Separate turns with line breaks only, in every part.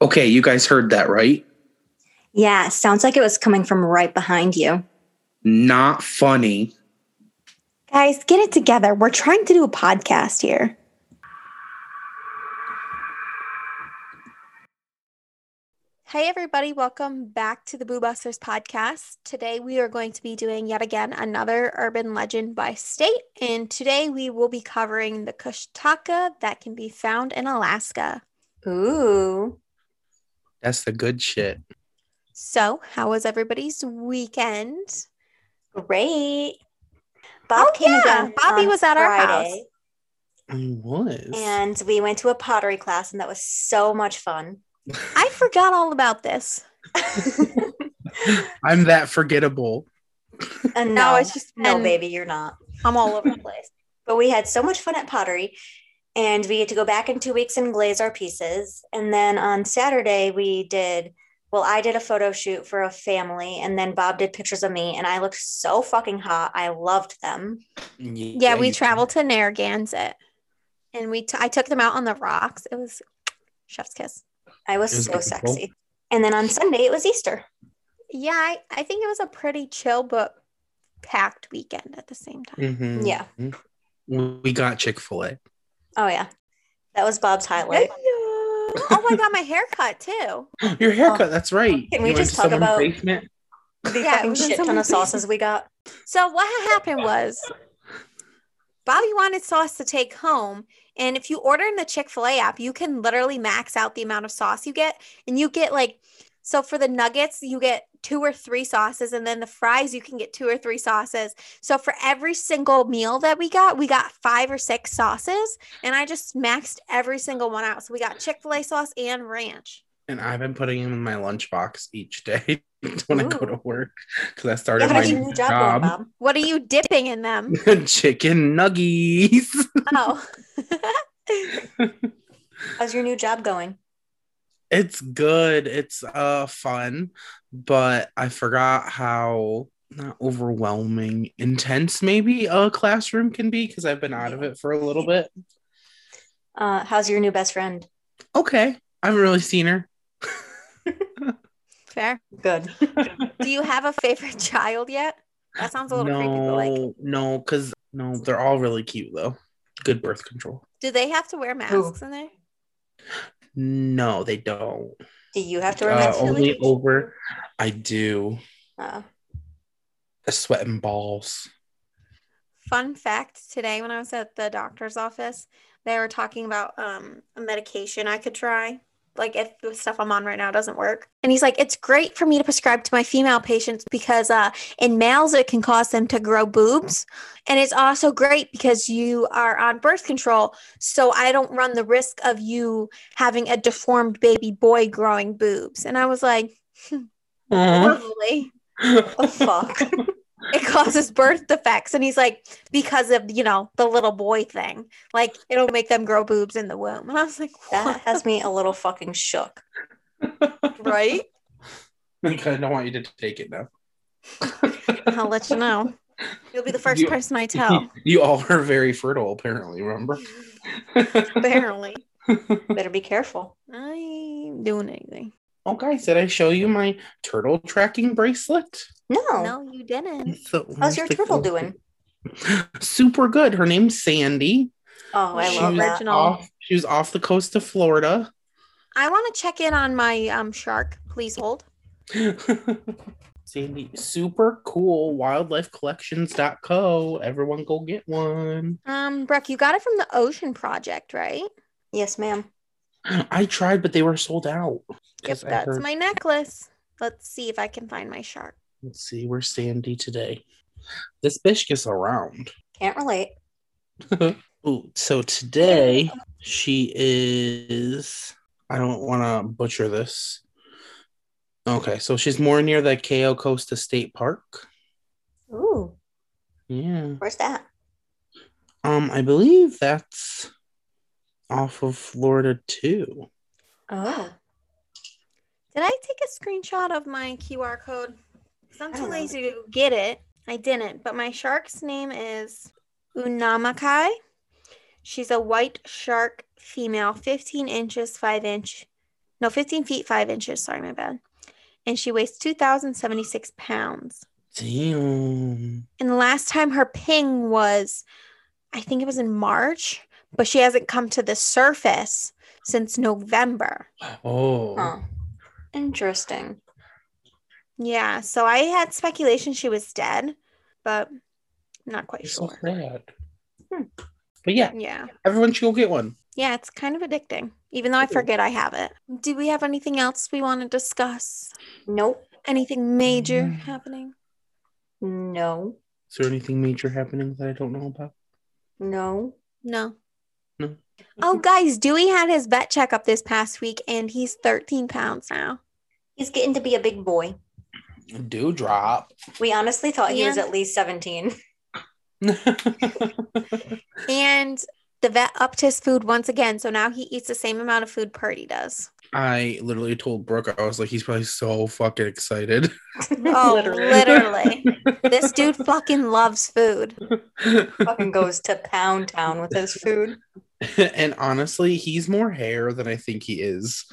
Okay, you guys heard that, right?
Yeah, sounds like it was coming from right behind you.
Not funny.
Guys, get it together. We're trying to do a podcast here. Hey, everybody, welcome back to the Boo Busters podcast. Today, we are going to be doing yet again another urban legend by state. And today, we will be covering the Kushtaka that can be found in Alaska.
Ooh.
That's the good shit.
So, how was everybody's weekend?
Great.
Bob Oh, came to yeah. visit us Bobby on was at our Friday, house.
I was.
And we went to a pottery class, and that was so much fun.
I forgot all about this.
I'm that forgettable.
And
No,
no,
it's just
no,
been-
baby, you're not.
I'm all over the place.
But we had so much fun at pottery, and we get to go back in two weeks and glaze our pieces. And then on Saturday, we did. Well, I did a photo shoot for a family, and then Bob did pictures of me, and I looked so fucking hot. I loved them.
Yeah, we
you-
traveled to Narragansett and we t- I took them out on the rocks. It was chef's kiss.
I was,
It was
so
beautiful.
sexy. And then on Sunday, it was Easter.
Yeah, I, I think it was a pretty chill but packed weekend at the same time.
Mhm.
Yeah.
We got Chick fil A.
Oh, yeah. That was Bob's highlight.
oh my god, my haircut too.
Your haircut, that's right.
Oh, Can we
You went
just
to
talk
someone's
about-
basement?
The
Yeah, it
fucking
was in
shit ton of
someone's
sauces we got.
So what had happened was Bobby wanted sauce to take home. And if you order in the Chick-fil-A app, you can literally max out the amount of sauce you get. And you get like so for the nuggets, you get two or three sauces, and then the fries, you can get two or three sauces. So for every single meal that we got, we got five or six sauces. And I just maxed every single one out. So we got Chick-fil-A sauce and ranch.
And I've been putting them in my lunchbox each day when I go
Ooh.
to work because I
You
started
have
my
a new
new
job, going,
job.
Bob.
What are you dipping in them?
Chicken nuggies.
Oh.
How's your new job going?
It's good. It's uh fun, but I forgot how not overwhelming, intense maybe a classroom can be because I've been out of it for a little bit.
Uh, how's your new best friend?
Okay. I haven't really seen her.
Fair.
Good.
Do you have a favorite child yet? That sounds a little creepy, but like,
No, no, because no, they're all really cute though. Good birth control.
do they have to wear masks in there?
No, they don't.
Do you have to
Uh,
remember?
only over I do.
Uh,
Sweating balls.
Fun fact today, when I was at the doctor's office, they were talking about um, a medication I could try. Like, if the stuff I'm on right now doesn't work. And he's like, it's great for me to prescribe to my female patients because uh, in males, it can cause them to grow boobs. And it's also great because you are on birth control. So I don't run the risk of you having a deformed baby boy growing boobs. And I was like,
Aw.
lovely.
oh, fuck.
it causes birth defects and he's like because of you know the little boy thing like it'll make them grow boobs in the womb and i was like
that
what?
has me a little fucking shook.
right
Like, I don't want you to take it now.
i'll let you know you'll be the first
You-
person i tell
You all are very fertile, apparently, remember?
apparently
Better be careful.
i ain't doing anything
oh, guys, did I show you my turtle tracking bracelet?
No.
Oh.
no you didn't
So,
Mm-hmm. How's your turtle doing?
Super good. Her name's Sandy.
Oh, I
She
love
was
that.
Original.
off- she was off the coast of Florida.
i want to check in on my um shark please hold
Sandy, super cool. Wildlifecollections.co. Everyone go get one.
um brooke you got it from the ocean project right
Yes, ma'am.
I tried, but they were sold out.
yep
'Cause I
that's
heard-
my necklace let's see if i can find my shark
Let's see, where's Sandy today? This bitch gets around.
Can't relate.
Ooh, so today she is. I don't want to butcher this. Okay, so she's more near the Cayo Costa State Park.
Ooh,
Yeah.
where's that?
Um, I believe that's off of Florida too.
Oh,
Did I take a screenshot of my QR code? 'Cause I'm
I
too
don't know.
lazy to get it. I didn't, but my shark's name is Unamakai. She's a white shark female, 15 inches, 5 inch no, 15 feet, five inches. Sorry, my bad. And she weighs 2,076 pounds.
Damn.
And the last time her ping was, I think it was in March, but she hasn't come to the surface since November.
Oh.
Huh. Interesting.
Yeah. So I had speculation she was dead, but I'm not quite
It's so
sure.
bad.
Hmm.
But yeah,
Yeah.
everyone should go get one.
Yeah. It's kind of addicting, even though I
Ooh.
forget I have it. Do we have anything else we want to discuss?
Nope.
Anything major
Mm.
happening?
No.
Is there anything major happening that I don't know about?
No.
No.
No.
Oh, guys, Dewey had his vet checkup this past week and he's 13 pounds now.
He's getting to be a big boy.
Do drop.
We honestly thought he was
Yeah.
at least 17.
And the vet upped his food once again. So now he eats the same amount of food Purdy does.
I literally told Brooke, I was like, he's probably so fucking excited.
Oh, literally. this dude fucking loves food.
Fucking goes to Pound Town with his food.
and honestly, he's more hair than I think he is.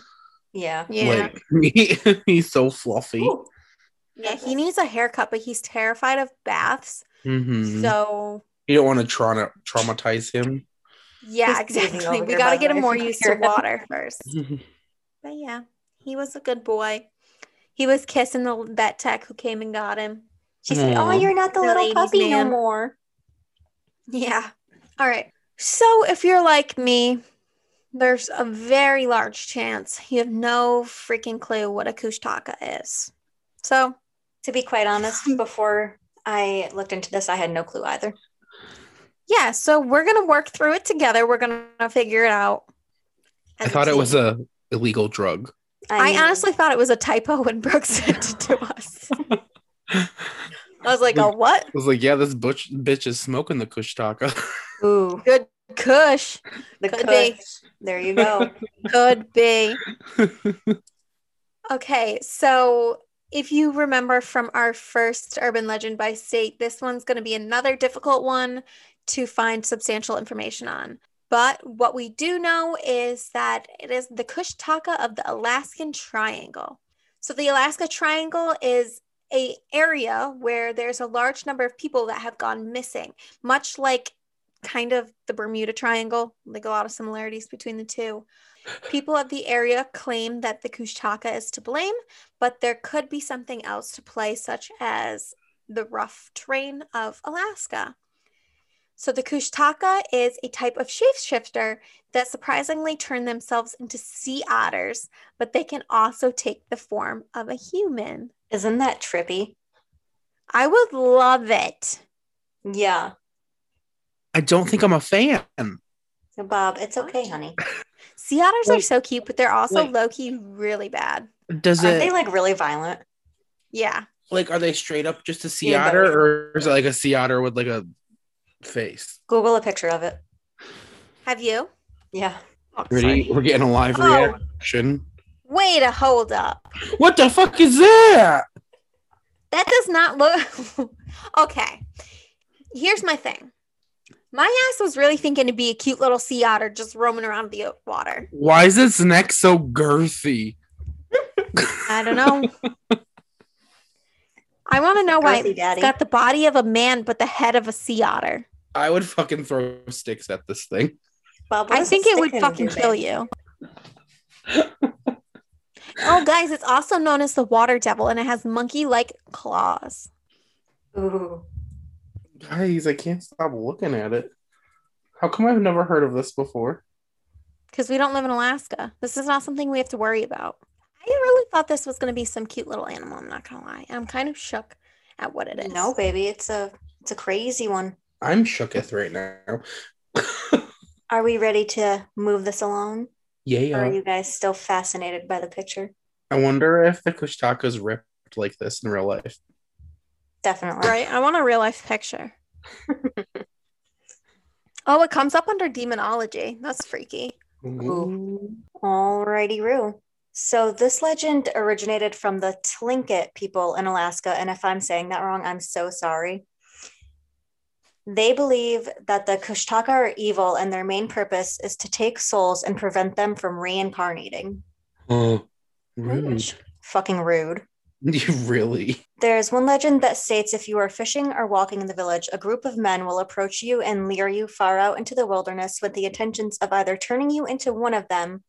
Yeah.
Yeah.
Like, he- he's so fluffy.
Ooh.
yeah. He needs a haircut, but he's terrified of baths.
Mhm.
So,
you don't want to tra- traumatize him.
yeah,
He's sneezing
exactly.
over
We
here,
got to
by the
get him
way,
more
if you
used
hear
to
him.
water first.
Mm-hmm.
But yeah, he was a good boy. He was kissing the vet tech who came and got him.
She said, Oh,
Aw.
you're not the
The
little
ladies'
puppy
man.
no more.
Yeah. All right. So if you're like me, there's a very large chance you have no freaking clue what a kushtaka is. So
To be quite honest, before I looked into this, I had no clue either.
yeah, so we're gonna work through it together. We're gonna figure it out.
I thought it was a illegal drug.
I
knew-
honestly thought it was a typo when Brooke sent it to us. I was like,
We-
"Oh, what?
I was like, yeah, this butch- bitch is smoking the kush taka.
Ooh,
Good kush.
the
Could
could
be.
There you go.
Could be." Okay, so if you remember from our first urban legend by state, this one's going to be another difficult one to find substantial information on. But what we do know is that it is the Kushtaka of the Alaskan Triangle. So the Alaska Triangle is a area where there's a large number of people that have gone missing, much like kind of the Bermuda Triangle, like a lot of similarities between the two. People of the area claim that the Kushtaka is to blame, but there could be something else to play, such as the rough terrain of Alaska. So, the Kushtaka is a type of shapeshifter that surprisingly turn themselves into sea otters, but they can also take the form of a human.
Isn't that trippy?
I would love it.
Yeah.
I don't think I'm a fan.
Bob, it's okay, honey.
Sea otters are
Wait.
so cute, but they're also
Wait.
low key really bad.
Does
Aren't
it
they
like-,
like really violent?
Yeah.
are they straight up just a sea
Yeah,
otter,
but-
or is it like a sea otter with like a face?
Google a picture of it.
Have you?
Yeah.
Oh,
Ready?
sorry.
We're getting a live
Oh.
reaction.
Wait a hold up.
What the fuck is that?
That does not look okay. Here's my thing. My ass was really thinking to be a cute little sea otter just roaming around the water.
Why is its neck so girthy?
I don't know. Oh, I want to know why
Girthy daddy.
it's got the body of a man but the head of a sea otter.
I would fucking throw sticks at this thing.
Bob, what
I
does
think
a
it would
stick in
fucking
do,
kill
babe?
you. oh, guys, it's also known as the water devil and it has monkey like claws.
Ooh.
Guys, I can't stop looking at it. How come I've never heard of this before?
because we don't live in Alaska. This is not something we have to worry about. I really thought this was going to be some cute little animal. I'm not going to lie. I'm kind of shook at what it is.
No, baby, it's a it's a crazy one.
I'm shooketh right now.
Are we ready to move this along? Or are
Yeah.
you guys still fascinated by the picture?
I wonder if the kushtaka's ripped like this in real life.
Definitely.
Right? I want a real life picture. oh, it comes up under demonology. That's freaky.
Ooh. Alrighty, Roo. So this legend originated from the Tlingit people in Alaska, and if I'm saying that wrong, I'm so sorry. They believe that the Kushtaka are evil, and their main purpose is to take souls and prevent them from reincarnating.
Oh, rude.
Fucking rude.
You really?
There's one legend that states if you are fishing or walking in the village, a group of men will approach you and leer you far out into the wilderness with the intentions of either turning you into one of them,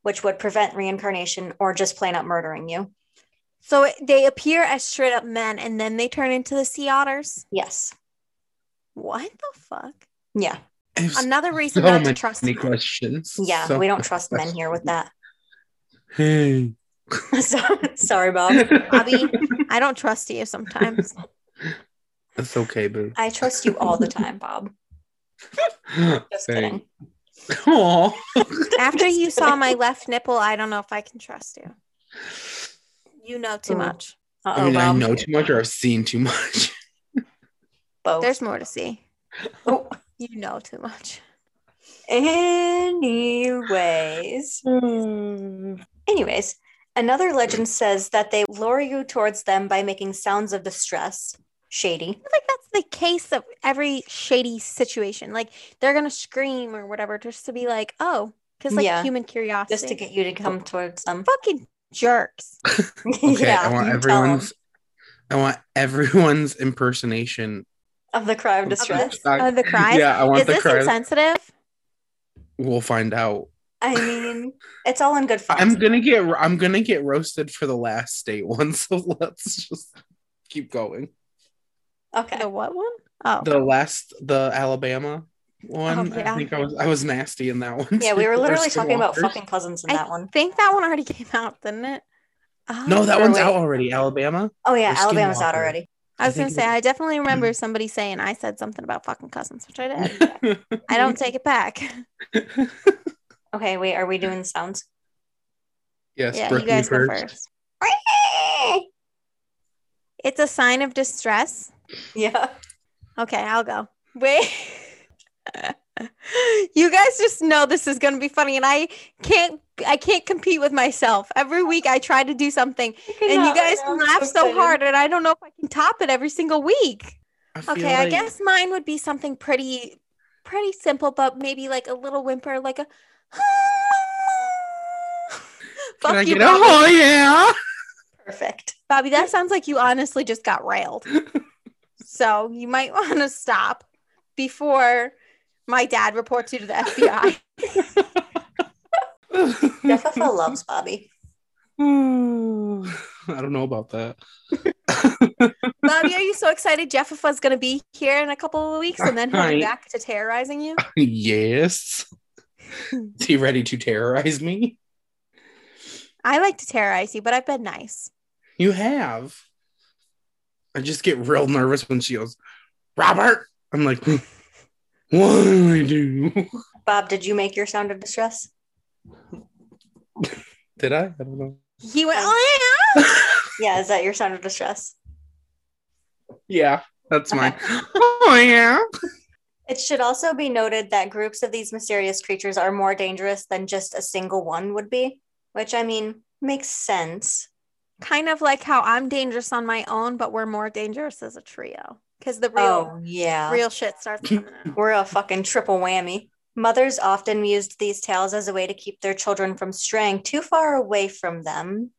which would prevent reincarnation, or just plain up murdering you.
So it- they appear as straight up men and then they turn into the sea otters.
Yes.
What the fuck?
Yeah.
If
Another reason
so
not to
many
trust
Any
men.
questions?
Yeah.
So-
we don't trust men here with that.
Hey.
so, sorry, Bob.
Bobby, I don't trust you sometimes.
That's okay, boo.
I trust you all the time, Bob. Just kidding.
Aw.
After you saw my left nipple, I don't know if I can trust you. You know too
Ooh.
much.
Uh
I
oh,
mean, I
Bob.
know too much or I've seen too much.
Both.
There's more to see.
Oh.
You know too much.
Anyways. Anyways, another legend says that they lure you towards them by making sounds of distress. Shady.
I feel like that's the case of every shady situation. Like they're gonna scream or whatever just to be like, oh, because like
Yeah.
human curiosity.
Just to get you to come towards them.
fucking jerks.
Okay, I want
you tell 'em.
everyone's I want everyone's impersonation.
of the cry of
of the
distress.
cry-
Of the cry.
Yeah, I want
Is
the
this
cry.
insensitive?
We'll find out.
I mean, it's all in good fun.
I'm gonna get I'm gonna get roasted for the last state one, so let's just keep going.
okay.
The what one? Oh,
The last the Alabama one.
Oh, yeah.
I think I was I was nasty in that one.
Yeah, we
too,
were literally
Orson
talking about
Welles.
fucking cousins in
I
that one.
think that one already came out, didn't it? Oh,
No, that
Or
one's
wait.
out already. Alabama.
Oh yeah,
Or
Alabama's out
Skinwalker.
already.
I
I
was
think
gonna say
it was- Mm.
I definitely remember somebody saying I said something about fucking cousins, which I did. I don't take it back.
Okay, wait, are we doing sounds?
yes,
yeah, you
Brittany
guys
first.
go first. It's a sign of distress.
yeah.
Okay, I'll go. Wait. you guys just know this is going to be funny and I can't I can't compete with myself. Every week I try to do something and you guys laugh so hard and I don't know if I can top it every single week.
feel
Okay, I
like-
guess mine would be something pretty pretty simple but maybe like a little whimper like a Fuck
Can I
you,
get a
Bobby.
oh yeah?
Perfect.
Bobby, that sounds like you honestly just got railed. so you might want to stop before my dad reports you to the FBI.
Jeffa loves Bobby. Hmm.
I don't know about that.
Bobby, are you so excited? Jeffafa's going to be here in a couple of weeks and then he'll be
Right.
back to terrorizing you.
yes.
Hmm.
Is he ready to terrorize me?
I like to terrorize you, but I've been nice.
You have. I just get real nervous when she goes, Robert. I'm like, what do I do?
Bob, did you make your sound of distress?
Did I? I don't know.
He went, oh,
Yeah, is that your sound of distress?
Yeah, that's
Okay.
mine. Oh yeah.
It should also be noted that groups of these mysterious creatures are more dangerous than just a single one would be, which I mean makes sense.
yeah. Kind of like how I'm dangerous on my own, but we're more dangerous as a trio because the real,
Oh yeah.
real shit starts coming out.
We're a fucking triple whammy. Mothers often used these tales as a way to keep their children from straying too far away from them.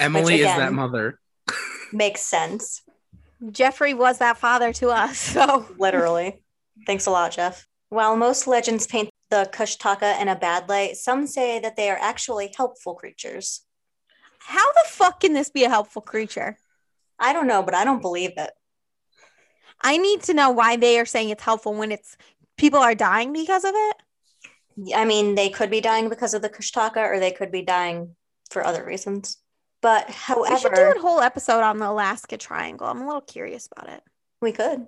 Emily is that
again-
mother.
Makes sense,
Jeffrey was that father to us. So
literally. Thanks a lot, Jeff. While most legends paint the Kushtaka in a bad light, some say that they are actually helpful creatures.
how the fuck can this be a helpful creature?
I don't know, but I don't believe it.
I need to know why they are saying it's helpful when it's people are dying because of it.
I mean, they could be dying because of the Kushtaka or they could be dying for other reasons. But
We should do
however,
a whole episode on the Alaska Triangle. I'm a little curious about it.
We could.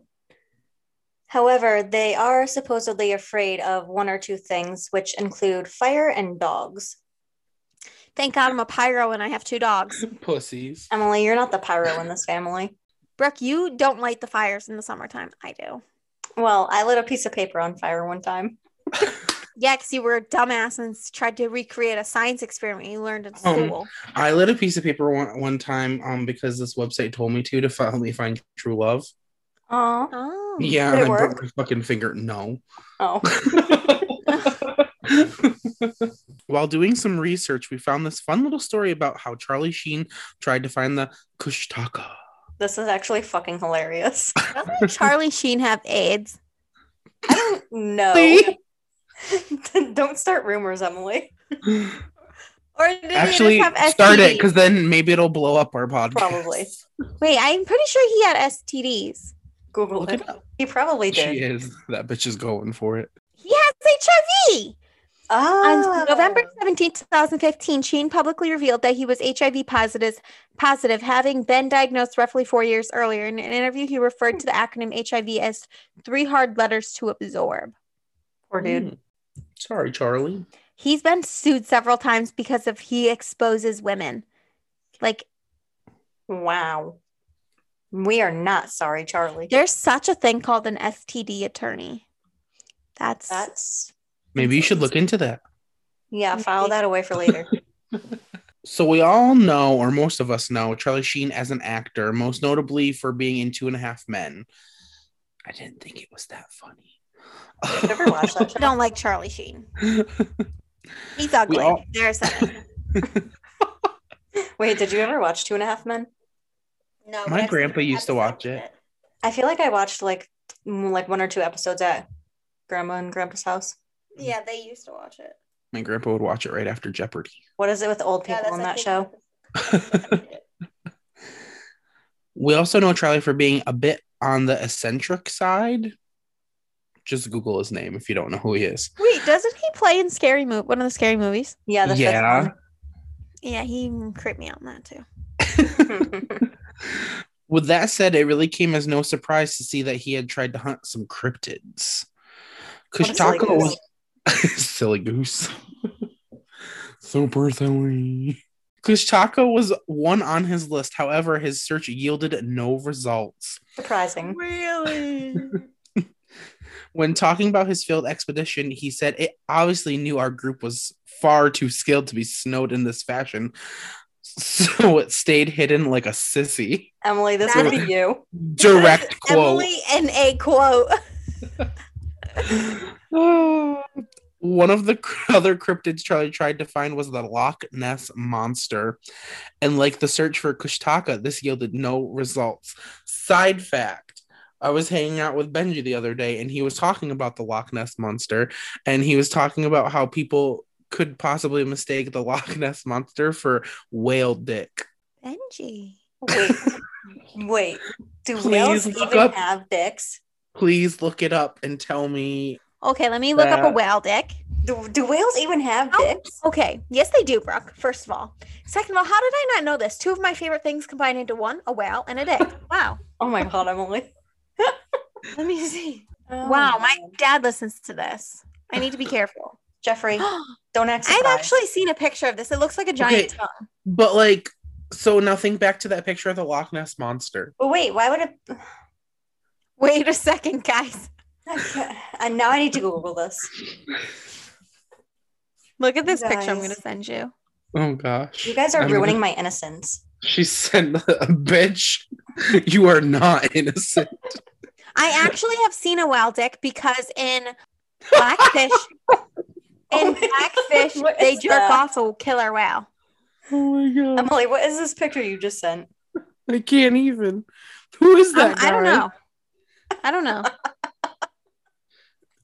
However, they are supposedly afraid of one or two things, which include fire and dogs.
Thank God I'm a pyro and I have two dogs.
Pussies.
Emily, you're not the pyro in this family.
Brooke, you don't light the fires in the summertime. I do.
Well, I lit a piece of paper on fire one time.
Yeah, because you were a dumbass and s- tried to recreate a science experiment you learned in
Oh.
school.
I lit a piece of paper one, one time um because this website told me to to finally find true love.
Aw.
oh.
Yeah,
Hmm.
and
Did it
I broke
work?
my fucking finger. No.
Oh.
While doing some research, we found this fun little story about how Charlie Sheen tried to find the Kushtaka.
This is actually fucking hilarious.
Doesn't Charlie Sheen have AIDS?
I don't know.
See?
don't start rumors, Emily.
Or did
Actually,
he just have STD?
start it because then maybe it'll blow up our podcast.
Probably.
Wait, I'm pretty sure he had STDs.
Google
Look
it.
it up.
He probably
She
did.
is. That bitch is going for it.
He has HIV.
Oh,
On November 17, 2015, Sheen publicly revealed that he was HIV positive, positive, having been diagnosed roughly four years earlier. In an interview, he referred to the acronym HIV as three hard letters to absorb.
poor dude.
Mm. Sorry, Charlie.
He's been sued several times because of he exposes women. Like
Mm. Wow. We are not sorry, Charlie.
there's such a thing called an STD attorney. That's
That's
Maybe you should look into that.
yeah. File that away for later.
So we all know, or most of us know, Charlie Sheen as an actor, most notably for being in Two and a Half Men. I didn't think it was that funny.
Never watched that
I
show.
don't like Charlie Sheen. He's ugly.
all-
There's that.
Wait, did you ever watch Two and a Half Men?
No,
My grandpa used to watch it.
I feel like I watched like mm, like one or two episodes at Grandma and Grandpa's house.
Yeah, they used to watch it.
My grandpa would watch it right after Jeopardy.
What is it with old people in that show?
We also know Charlie for being a bit on the eccentric side. Just Google his name if you don't know who he is.
Wait, doesn't he play in scary movie? One of the scary movies?
Yeah, the
Yeah.
Yeah, he creeped me out on that too.
fifth one.
With that said, it really came as no surprise to see that he had tried to hunt some cryptids.
What a silly
Kushtaka was silly goose. Super silly. Kushtaka was one on his list. However, his search yielded no results.
Surprising.
Really?
When talking about his field expedition, he said it obviously knew our group was far too skilled to be snowed in this fashion. So it stayed hidden like a sissy.
Emily, this would be you.
Direct quote.
Emily and a quote.
Oh. One of the cr- other cryptids Charlie tried to find was the Loch Ness monster. And like the search for Kushtaka, this yielded no results. Side fact I was hanging out with Benji the other day and he was talking about the Loch Ness monster. And he was talking about how people could possibly mistake the Loch Ness monster for whale dick.
Benji.
Wait, wait. Do
Please
whales
look
even
up-
have dicks?
Please look it up and tell me.
Okay, let me look up a
That-
whale dick.
Do, do whales even have
How-
dicks?
Okay, yes, they do, Brooke. First of all, second of all, how did I not know this? Two of my favorite things combined into one: a whale and a dick. Wow.
Oh my god, Emily.
Let me see.
Oh
Wow, my
man.
dad listens to this. I need to be careful.
Jeffrey,
I've
don't act surprised.
actually seen a picture of this. It looks like a
Okay.
giant tongue.
But like, so now think back to that picture of the Loch Ness monster.
But wait, why would it?
Wait a second, guys.
I can't- And now I need to Google this.
Look at this picture I'm
Guys.
going to send you.
Oh gosh.
You guys are
I'm
ruining my innocence.
She said, "Bitch, you are not innocent."
I actually have seen a whale dick because in Blackfish,
Oh
in
my
Blackfish,
God, what
they
is
jerk
that?
off a killer whale.
Oh my god,
Emily, what is this picture you just sent?
I can't even. Who is
Um,
that?
I don't know. I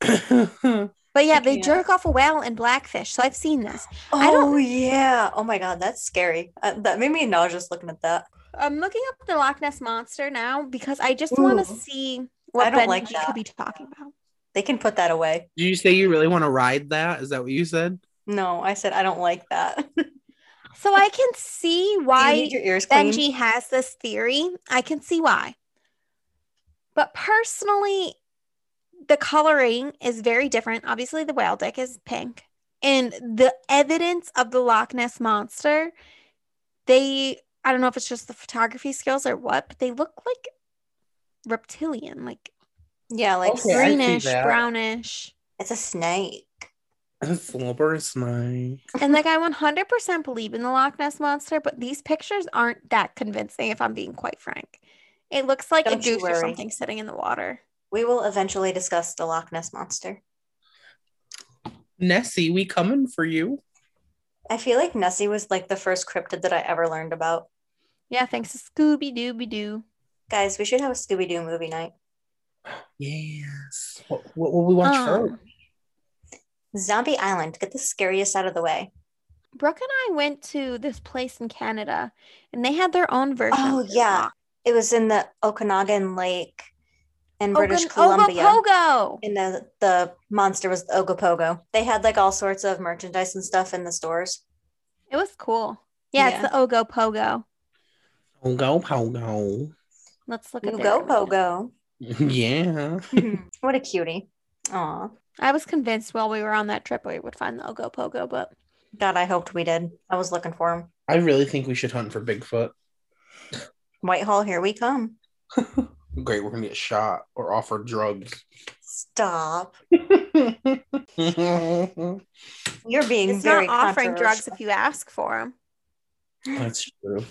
don't know.
know.
But yeah,
I
they
can't.
jerk off a whale in Blackfish. So I've seen this.
Oh
I don't-
yeah. Oh my god, that's scary. Uh, that made me nauseous looking at that.
I'm looking up the Loch Ness monster now because I just want
Ooh.
to see what
I don't
Benji
like that.
could be talking about.
They can put that away.
Did you say you really want to ride that? Is that what you said?
No, I said I don't like that. Do
So I can see
you
why
need your ears cleaned?
Benji has this theory. I can see why. But personally, the coloring is very different. Obviously, the whale dick is pink. And the evidence of the Loch Ness monster, they, I don't know if it's just the photography skills or what, but they look like reptilian, like
Yeah, like
Okay, I see
greenish,
that.
brownish.
it's a snake.
That's a little bird snake.
And like, I 100% believe in the Loch Ness monster, but these pictures aren't that convincing if I'm being quite frank. It looks like a
Don't you
goose or
worry.
something sitting in the water.
We will eventually discuss the Loch Ness monster.
Nessie, we coming for you.
I feel like Nessie was like the first cryptid that I ever learned about.
Yeah, thanks to Scooby Dooby Doo.
Guys, we should have a Scooby Doo movie night.
Yes. What, what will we watch
Um,
first?
Zombie Island, get the scariest out of the way.
Brooke and I went to this place in Canada and they had their own version.
Oh,
of this
yeah.
walk.
It was in the Okanagan Lake in British
Ogun-
Columbia.
Ogopogo.
And the, the monster was Ogopogo. They had like all sorts of merchandise and stuff in the stores.
It was cool. Yeah, it's
Yeah.
the Ogopogo.
Oh, go, po, go.
Let's look at their image.
Ogopogo.
Yeah.
what a cutie. Aw.
I was convinced while we were on that trip we would find the Ogopogo, but
God, I hoped we did. I was looking for him.
I really think we should hunt for Bigfoot.
Whitehall, here we come.
Great, we're gonna get shot or offered drugs.
Stop.
That's
You're being
it's
very
not offering drugs
controversial.
if you ask for them.
true.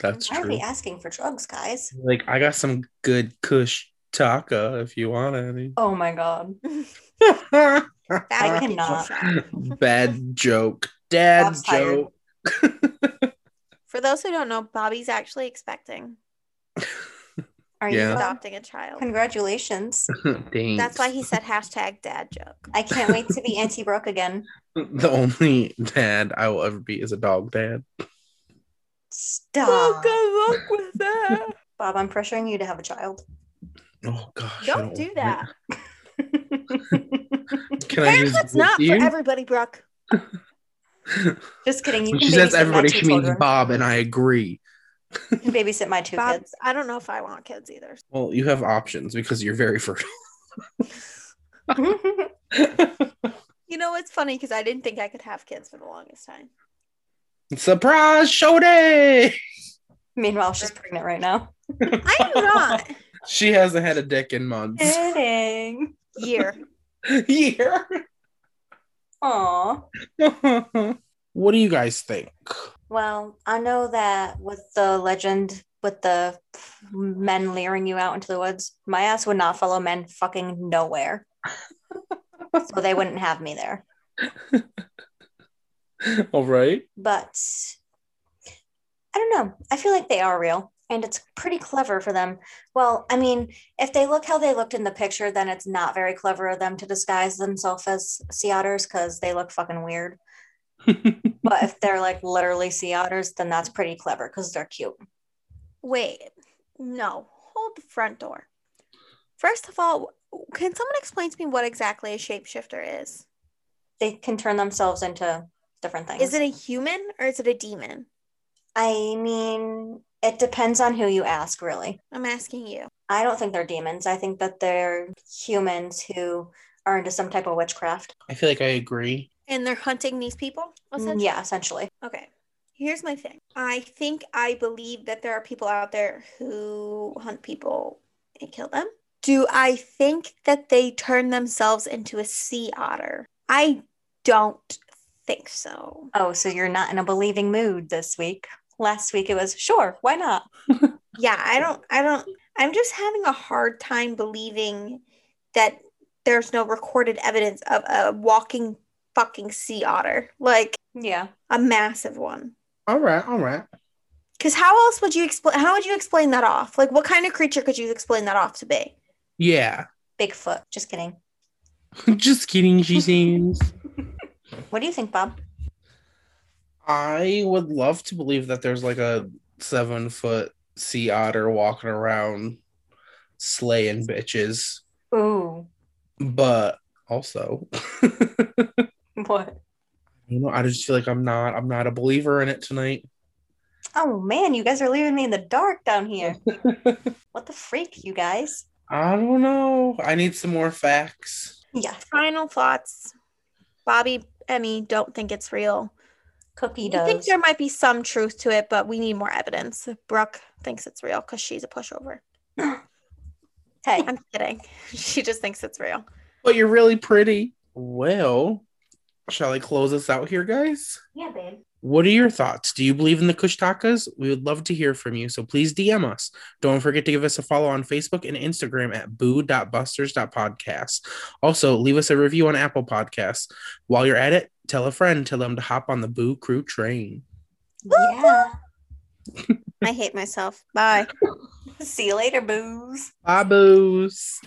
That's
Why are
true.
we asking for drugs, guys?
Like I got some good Kush taka if you want any.
Oh my God. I
That would be
cannot.
shocking.
Bad joke. Dad
Bob's tired.
joke.
For those who don't know, Bobby's actually expecting
Are
Yeah.
you
adopting a child.
Congratulations.
Thanks.
That's why he said hashtag dad joke.
I can't wait to be Auntie Brooke again.
the only dad I will ever be is a dog dad.
Stop.
Oh, luck with that.
Bob, I'm pressuring you to have a child.
Oh gosh. I
Don't do
want
that.
it. Can I
Perhaps
just
it's not
whip
for
you?
everybody, Brooke.
Just kidding. You
When
can
she says
babysit
everybody,
my two
she means
children.
Bob, and I agree.
You can babysit my two
Bob,
kids.
I don't know if I want kids either.
Well, you have options because you're very fertile.
You know, it's funny because I didn't think I could have kids for the longest time.
Surprise, show day!
Meanwhile, she's pregnant right now.
I am not.
She hasn't had a dick in months.
Kidding.
Year.
Year.
Aw.
what do you guys think?
Well, I know that with the legend with the men leering you out into the woods, my ass would not follow men fucking nowhere. so they wouldn't have me there.
All right.
But I don't know. I feel like they are real and it's pretty clever for them. Well, I mean, if they look how they looked in the picture, then it's not very clever of them to disguise themselves as sea otters because they look fucking weird. but if they're like literally sea otters, then that's pretty clever because they're cute.
Wait. No. Hold the front door. First of all, can someone explain to me what exactly a shapeshifter is?
they can turn themselves into different things.
Is it a human or is it a demon?
I mean, it depends on who you ask, really.
I'm asking you.
I don't think they're demons. I think that they're humans who are into some type of witchcraft.
I feel like I agree.
And they're hunting these people?
Mm,
essentially?
Yeah, essentially.
Okay. Here's my thing. I think I believe that there are people out there who hunt people and kill them. Do I think that they turn themselves into a sea otter? I don't think so.
Oh, so you're not in a believing mood this week. Last week it was, sure, why not?
Yeah, I don't I don't I'm just having a hard time believing that there's no recorded evidence of a walking fucking sea otter, like
Yeah.
a massive one.
All right. All right.
Because how else would you explain? How would you explain that off? Like, what kind of creature could you explain that off to be?
Yeah.
Bigfoot. Just kidding.
Just kidding. She seems.
What do you think, Bob?
I would love to believe that there's like a seven foot sea otter walking around slaying bitches,
Ooh,
but also,
what?
you know, I just feel like I'm not, I'm not a believer in it tonight.
Oh man, you guys are leaving me in the dark down here. what the freak, you guys?
I don't know. I need some more facts.
Yeah,
Final thoughts. Bobby, Emmy, don't think it's real.
Cookie
I
does.
think there might be some truth to it, but we need more evidence. Brooke thinks it's real because she's a pushover.
hey,
I'm kidding. She just thinks it's real.
But you're really pretty. Well, shall I close us out here, guys?
yeah, babe.
What are your thoughts? Do you believe in the Kush Takas? We would love to hear from you, so please DM us. Don't forget to give us a follow on Facebook and Instagram at boo.busters.podcast. Also, leave us a review on Apple Podcasts. While you're at it, Tell a friend, tell them to hop on the Boo Crew train.
Yeah.
I hate myself. Bye.
See you later, booze.
Bye, boos.